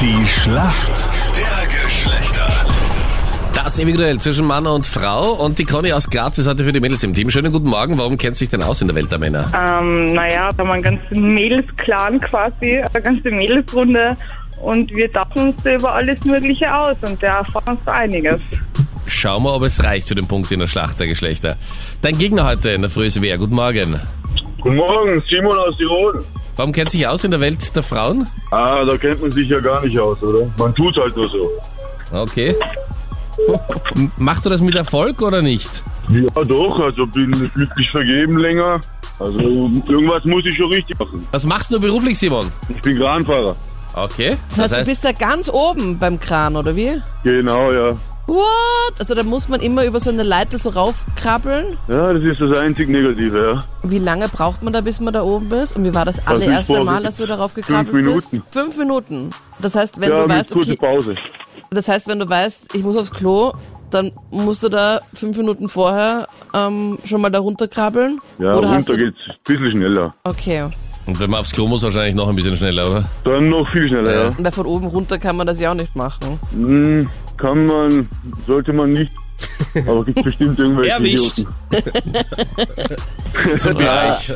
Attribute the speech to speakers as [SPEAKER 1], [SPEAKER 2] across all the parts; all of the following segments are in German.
[SPEAKER 1] Die Schlacht der Geschlechter.
[SPEAKER 2] Das individuell zwischen Mann und Frau. Und die Conny aus Graz ist heute für die Mädels im Team. Schönen guten Morgen. Warum kennt sich denn aus in der Welt der Männer?
[SPEAKER 3] Ähm, naja, da haben wir einen ganzen Mädels-Clan quasi, eine ganze Mädelsrunde und wir tauschen uns da über alles Mögliche aus und da erfahren uns da einiges.
[SPEAKER 2] Schauen wir, ob es reicht für den Punkt in der Schlacht der Geschlechter. Dein Gegner heute in der Früh ist wer? Guten Morgen.
[SPEAKER 4] Guten Morgen, Simon aus Tirol.
[SPEAKER 2] Warum kennt sich aus in der Welt der Frauen?
[SPEAKER 4] Ah, da kennt man sich ja gar nicht aus, oder? Man tut halt nur so.
[SPEAKER 2] Okay. M- Machst du das mit Erfolg oder nicht?
[SPEAKER 4] Ja, doch, also bin glücklich vergeben länger. Also irgendwas muss ich schon richtig machen.
[SPEAKER 2] Was machst du beruflich, Simon?
[SPEAKER 4] Ich bin Kranfahrer.
[SPEAKER 2] Okay.
[SPEAKER 5] Das heißt, du bist da ganz oben beim Kran, oder wie?
[SPEAKER 4] Genau, ja.
[SPEAKER 5] What? Also da muss man immer über so eine Leiter so raufkrabbeln.
[SPEAKER 4] Ja, das ist das einzig Negative, ja.
[SPEAKER 5] Wie lange braucht man da, bis man da oben ist? Und wie war das
[SPEAKER 4] ist
[SPEAKER 5] allererste
[SPEAKER 4] vor-
[SPEAKER 5] Mal, dass du darauf gekrabbelt
[SPEAKER 4] Minuten.
[SPEAKER 5] bist? Fünf Minuten. Das heißt, wenn
[SPEAKER 4] Ja,
[SPEAKER 5] du
[SPEAKER 4] mit
[SPEAKER 5] weißt,
[SPEAKER 4] kurzer
[SPEAKER 5] okay,
[SPEAKER 4] Pause.
[SPEAKER 5] das heißt, wenn du weißt, ich muss aufs Klo, dann musst du da fünf Minuten vorher ähm, schon mal da runterkrabbeln.
[SPEAKER 4] Ja,
[SPEAKER 5] oder hast
[SPEAKER 4] runter
[SPEAKER 5] du,
[SPEAKER 4] geht's. Bisschen schneller.
[SPEAKER 5] Okay.
[SPEAKER 2] Und wenn man aufs Klo muss, wahrscheinlich noch ein bisschen schneller, oder?
[SPEAKER 4] Dann noch viel schneller, ja.
[SPEAKER 5] Weil von oben runter kann man das ja auch nicht machen.
[SPEAKER 4] Hm, kann man, sollte man nicht. Aber gibt bestimmt irgendwelche
[SPEAKER 2] Erwischt.
[SPEAKER 4] Idioten.
[SPEAKER 2] Zum Bereich.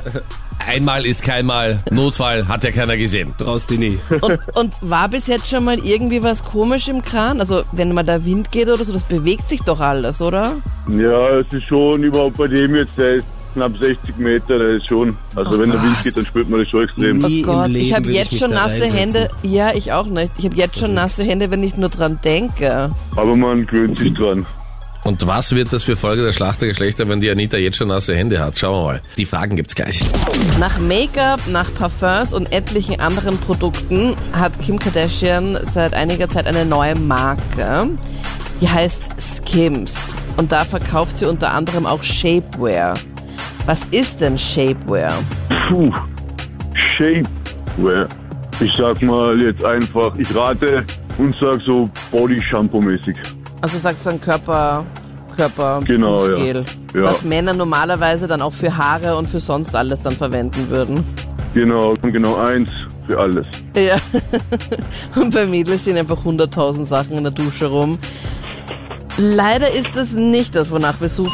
[SPEAKER 2] Einmal ist keinmal. Notfall hat ja keiner gesehen.
[SPEAKER 6] traust dich nie.
[SPEAKER 5] Und, und war bis jetzt schon mal irgendwie was komisch im Kran? Also wenn mal der Wind geht oder so, das bewegt sich doch alles, oder?
[SPEAKER 4] Ja, es ist schon überhaupt bei dem jetzt, der ist knapp 60 Meter, der ist schon. Also wenn der Wind
[SPEAKER 6] was?
[SPEAKER 4] geht, dann spürt man das schon extrem.
[SPEAKER 5] Oh
[SPEAKER 6] Nie im
[SPEAKER 5] Gott, ich
[SPEAKER 6] Leben
[SPEAKER 5] habe
[SPEAKER 6] würde
[SPEAKER 5] jetzt
[SPEAKER 6] ich mich
[SPEAKER 5] schon
[SPEAKER 6] da
[SPEAKER 5] nasse
[SPEAKER 6] reinsetzen.
[SPEAKER 5] Hände. Ja, ich auch nicht. Ich habe jetzt schon nasse Hände, wenn ich nur dran denke.
[SPEAKER 4] Aber man gewöhnt sich dran.
[SPEAKER 2] Und was wird das für Folge der Schlacht der Geschlechter, wenn die Anita jetzt schon nasse Hände hat? Schauen wir mal. Die Fragen gibt's gleich.
[SPEAKER 5] Nach Make-up, nach Parfums und etlichen anderen Produkten hat Kim Kardashian seit einiger Zeit eine neue Marke. Die heißt Skims. Und da verkauft sie unter anderem auch Shapewear. Was ist denn Shapewear?
[SPEAKER 4] Puh, Shapewear. Ich sag mal jetzt einfach, ich rate und sag so Body Shampoo mäßig.
[SPEAKER 5] Also sagst du ein Körper, Körper,
[SPEAKER 4] Genau, ja.
[SPEAKER 5] Gel,
[SPEAKER 4] Ja.
[SPEAKER 5] was Männer normalerweise dann auch für Haare und für sonst alles dann verwenden würden.
[SPEAKER 4] Genau, genau eins für alles.
[SPEAKER 5] Ja. Und bei Mädels stehen einfach 100.000 Sachen in der Dusche rum. Leider ist das nicht das, wonach wir suchen.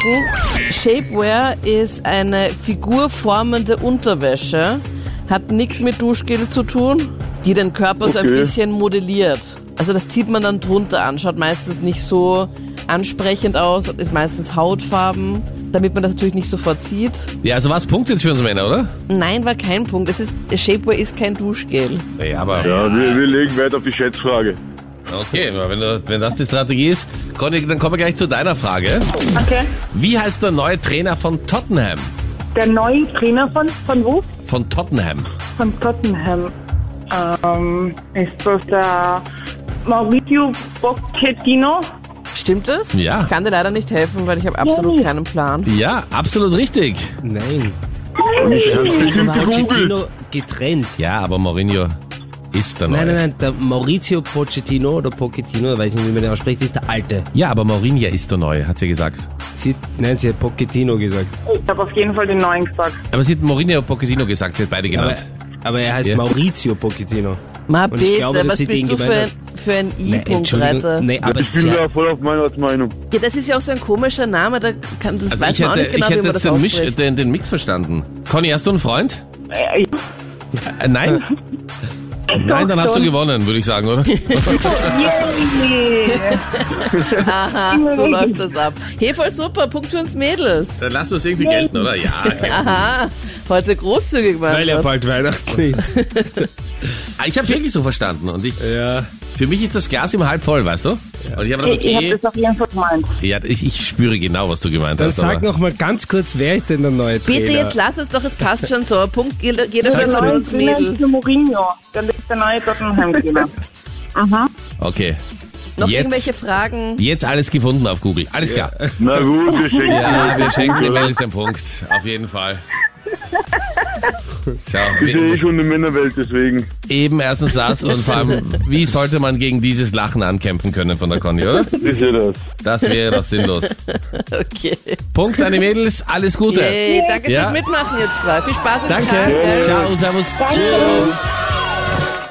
[SPEAKER 5] Shapewear ist eine figurformende Unterwäsche, hat nichts mit Duschgel zu tun, die den Körper so ein
[SPEAKER 4] Okay.
[SPEAKER 5] bisschen modelliert. Also das zieht man dann drunter an, schaut meistens nicht so ansprechend aus, ist meistens Hautfarben, damit man das natürlich nicht sofort sieht.
[SPEAKER 2] Ja, also was Punkt jetzt für uns Männer, oder?
[SPEAKER 5] Nein, war kein Punkt. Es ist Shapewear ist kein Duschgel.
[SPEAKER 2] Ja, aber
[SPEAKER 4] Ja, wir, wir legen Wert auf die Schätzfrage.
[SPEAKER 2] okay, aber wenn, du, wenn das die Strategie ist, Conny, dann kommen wir gleich zu deiner Frage.
[SPEAKER 3] Okay.
[SPEAKER 2] Wie heißt der neue Trainer von Tottenham?
[SPEAKER 3] Der neue Trainer von, von wo?
[SPEAKER 2] Von Tottenham.
[SPEAKER 3] Von Tottenham. Ähm, ist das der Mauricio Pochettino?
[SPEAKER 5] Stimmt das?
[SPEAKER 2] Ja.
[SPEAKER 5] Ich kann dir leider nicht helfen, weil ich habe absolut
[SPEAKER 3] Yay.
[SPEAKER 5] keinen Plan.
[SPEAKER 2] Ja, absolut richtig.
[SPEAKER 6] Nein.
[SPEAKER 4] Ich
[SPEAKER 6] Wir haben
[SPEAKER 4] bin
[SPEAKER 6] sich vom
[SPEAKER 4] gegoogelt.
[SPEAKER 6] Pochettino getrennt.
[SPEAKER 2] Ja, aber Mourinho ist der neue.
[SPEAKER 6] Nein, nein, nein, der Maurizio Pochettino oder Pochettino, weiß nicht, wie man den ausspricht, ist der Alte.
[SPEAKER 2] Ja, aber Mourinho ist der neue, hat sie gesagt.
[SPEAKER 6] Sie, nein, sie hat Pochettino gesagt.
[SPEAKER 3] Ich habe auf jeden Fall den neuen gesagt.
[SPEAKER 2] Aber sie hat Mourinho Pochettino gesagt, sie hat beide
[SPEAKER 6] Aber,
[SPEAKER 2] genannt.
[SPEAKER 6] aber er heißt
[SPEAKER 2] Ja.
[SPEAKER 6] Maurizio Pochettino.
[SPEAKER 5] Ma
[SPEAKER 6] Und ich
[SPEAKER 5] bitte,
[SPEAKER 6] glaube, dass
[SPEAKER 5] was
[SPEAKER 6] sie den
[SPEAKER 5] bist du für ein,
[SPEAKER 6] gemeint
[SPEAKER 5] für ein
[SPEAKER 6] Nein,
[SPEAKER 5] I-Punkt-Reiter?
[SPEAKER 6] Nee, aber
[SPEAKER 4] Ich bin
[SPEAKER 6] sie
[SPEAKER 4] da
[SPEAKER 6] hat,
[SPEAKER 4] voll auf Meiners Meinung.
[SPEAKER 5] Ja, das ist ja auch so ein komischer Name, da kann, das
[SPEAKER 2] Also
[SPEAKER 5] weiß
[SPEAKER 2] ich
[SPEAKER 5] man auch
[SPEAKER 2] hätte,
[SPEAKER 5] nicht genau,
[SPEAKER 2] ich
[SPEAKER 5] wie
[SPEAKER 2] hätte
[SPEAKER 5] man
[SPEAKER 2] jetzt
[SPEAKER 5] das
[SPEAKER 2] den, Misch,
[SPEAKER 5] ausspricht.
[SPEAKER 2] den, den Mix verstanden. Conny, hast du einen Freund?
[SPEAKER 3] Äh, ich-
[SPEAKER 2] Äh, nein? Nein, dann hast du gewonnen, würde ich sagen, oder?
[SPEAKER 3] Yay!
[SPEAKER 5] Aha, so läuft das ab. Hey, voll super, Punkt für uns Mädels.
[SPEAKER 2] Dann lassen wir es irgendwie gelten, oder? Ja, okay.
[SPEAKER 5] Aha, heute großzügig war
[SPEAKER 6] weil ja bald Weihnachten ist.
[SPEAKER 2] Ah, Ich habe wirklich so verstanden. Und ich,
[SPEAKER 6] ja.
[SPEAKER 2] für mich ist das Glas immer halb voll, weißt du? Und ich habe gedacht,
[SPEAKER 3] Ich, ich habe
[SPEAKER 2] okay,
[SPEAKER 3] das auf jeden Fall gemeint.
[SPEAKER 2] ja, ich, ich spüre genau, was du gemeint
[SPEAKER 6] Dann
[SPEAKER 2] hast.
[SPEAKER 6] sag
[SPEAKER 2] aber-
[SPEAKER 6] noch mal ganz kurz, wer ist denn der neue Trainer?
[SPEAKER 5] Bitte, jetzt lass es doch, es passt schon so. Punkt geht geht
[SPEAKER 3] Der
[SPEAKER 5] für
[SPEAKER 6] Sag's
[SPEAKER 3] neue
[SPEAKER 6] mir.
[SPEAKER 5] uns
[SPEAKER 3] Trainer ist der
[SPEAKER 5] Mädels.
[SPEAKER 3] Mourinho. Der ist der neue Tottenham-Trainer. Aha.
[SPEAKER 2] Okay.
[SPEAKER 5] Noch
[SPEAKER 2] jetzt,
[SPEAKER 5] irgendwelche Fragen?
[SPEAKER 2] jetzt alles gefunden auf Google. Alles klar.
[SPEAKER 4] Na gut, wir schenken
[SPEAKER 2] Ja,
[SPEAKER 4] dir.
[SPEAKER 2] wir schenken dem Mädels den Punkt. Auf jeden Fall. Ciao.
[SPEAKER 4] Ich sehe eh schon eine Männerwelt, deswegen.
[SPEAKER 2] Eben erstens das und vor allem, wie sollte man gegen dieses Lachen ankämpfen können von der Conny, oder?
[SPEAKER 4] Ist ja das.
[SPEAKER 2] Das wäre doch sinnlos.
[SPEAKER 5] Okay.
[SPEAKER 2] Punkt an die Mädels, alles Gute.
[SPEAKER 5] Yay, danke
[SPEAKER 2] Ja.
[SPEAKER 5] fürs Mitmachen, ihr zwei. Viel Spaß im
[SPEAKER 2] Danke.
[SPEAKER 5] Tag. gell?
[SPEAKER 2] Ciao, servus.
[SPEAKER 3] Danke.
[SPEAKER 2] Tschüss.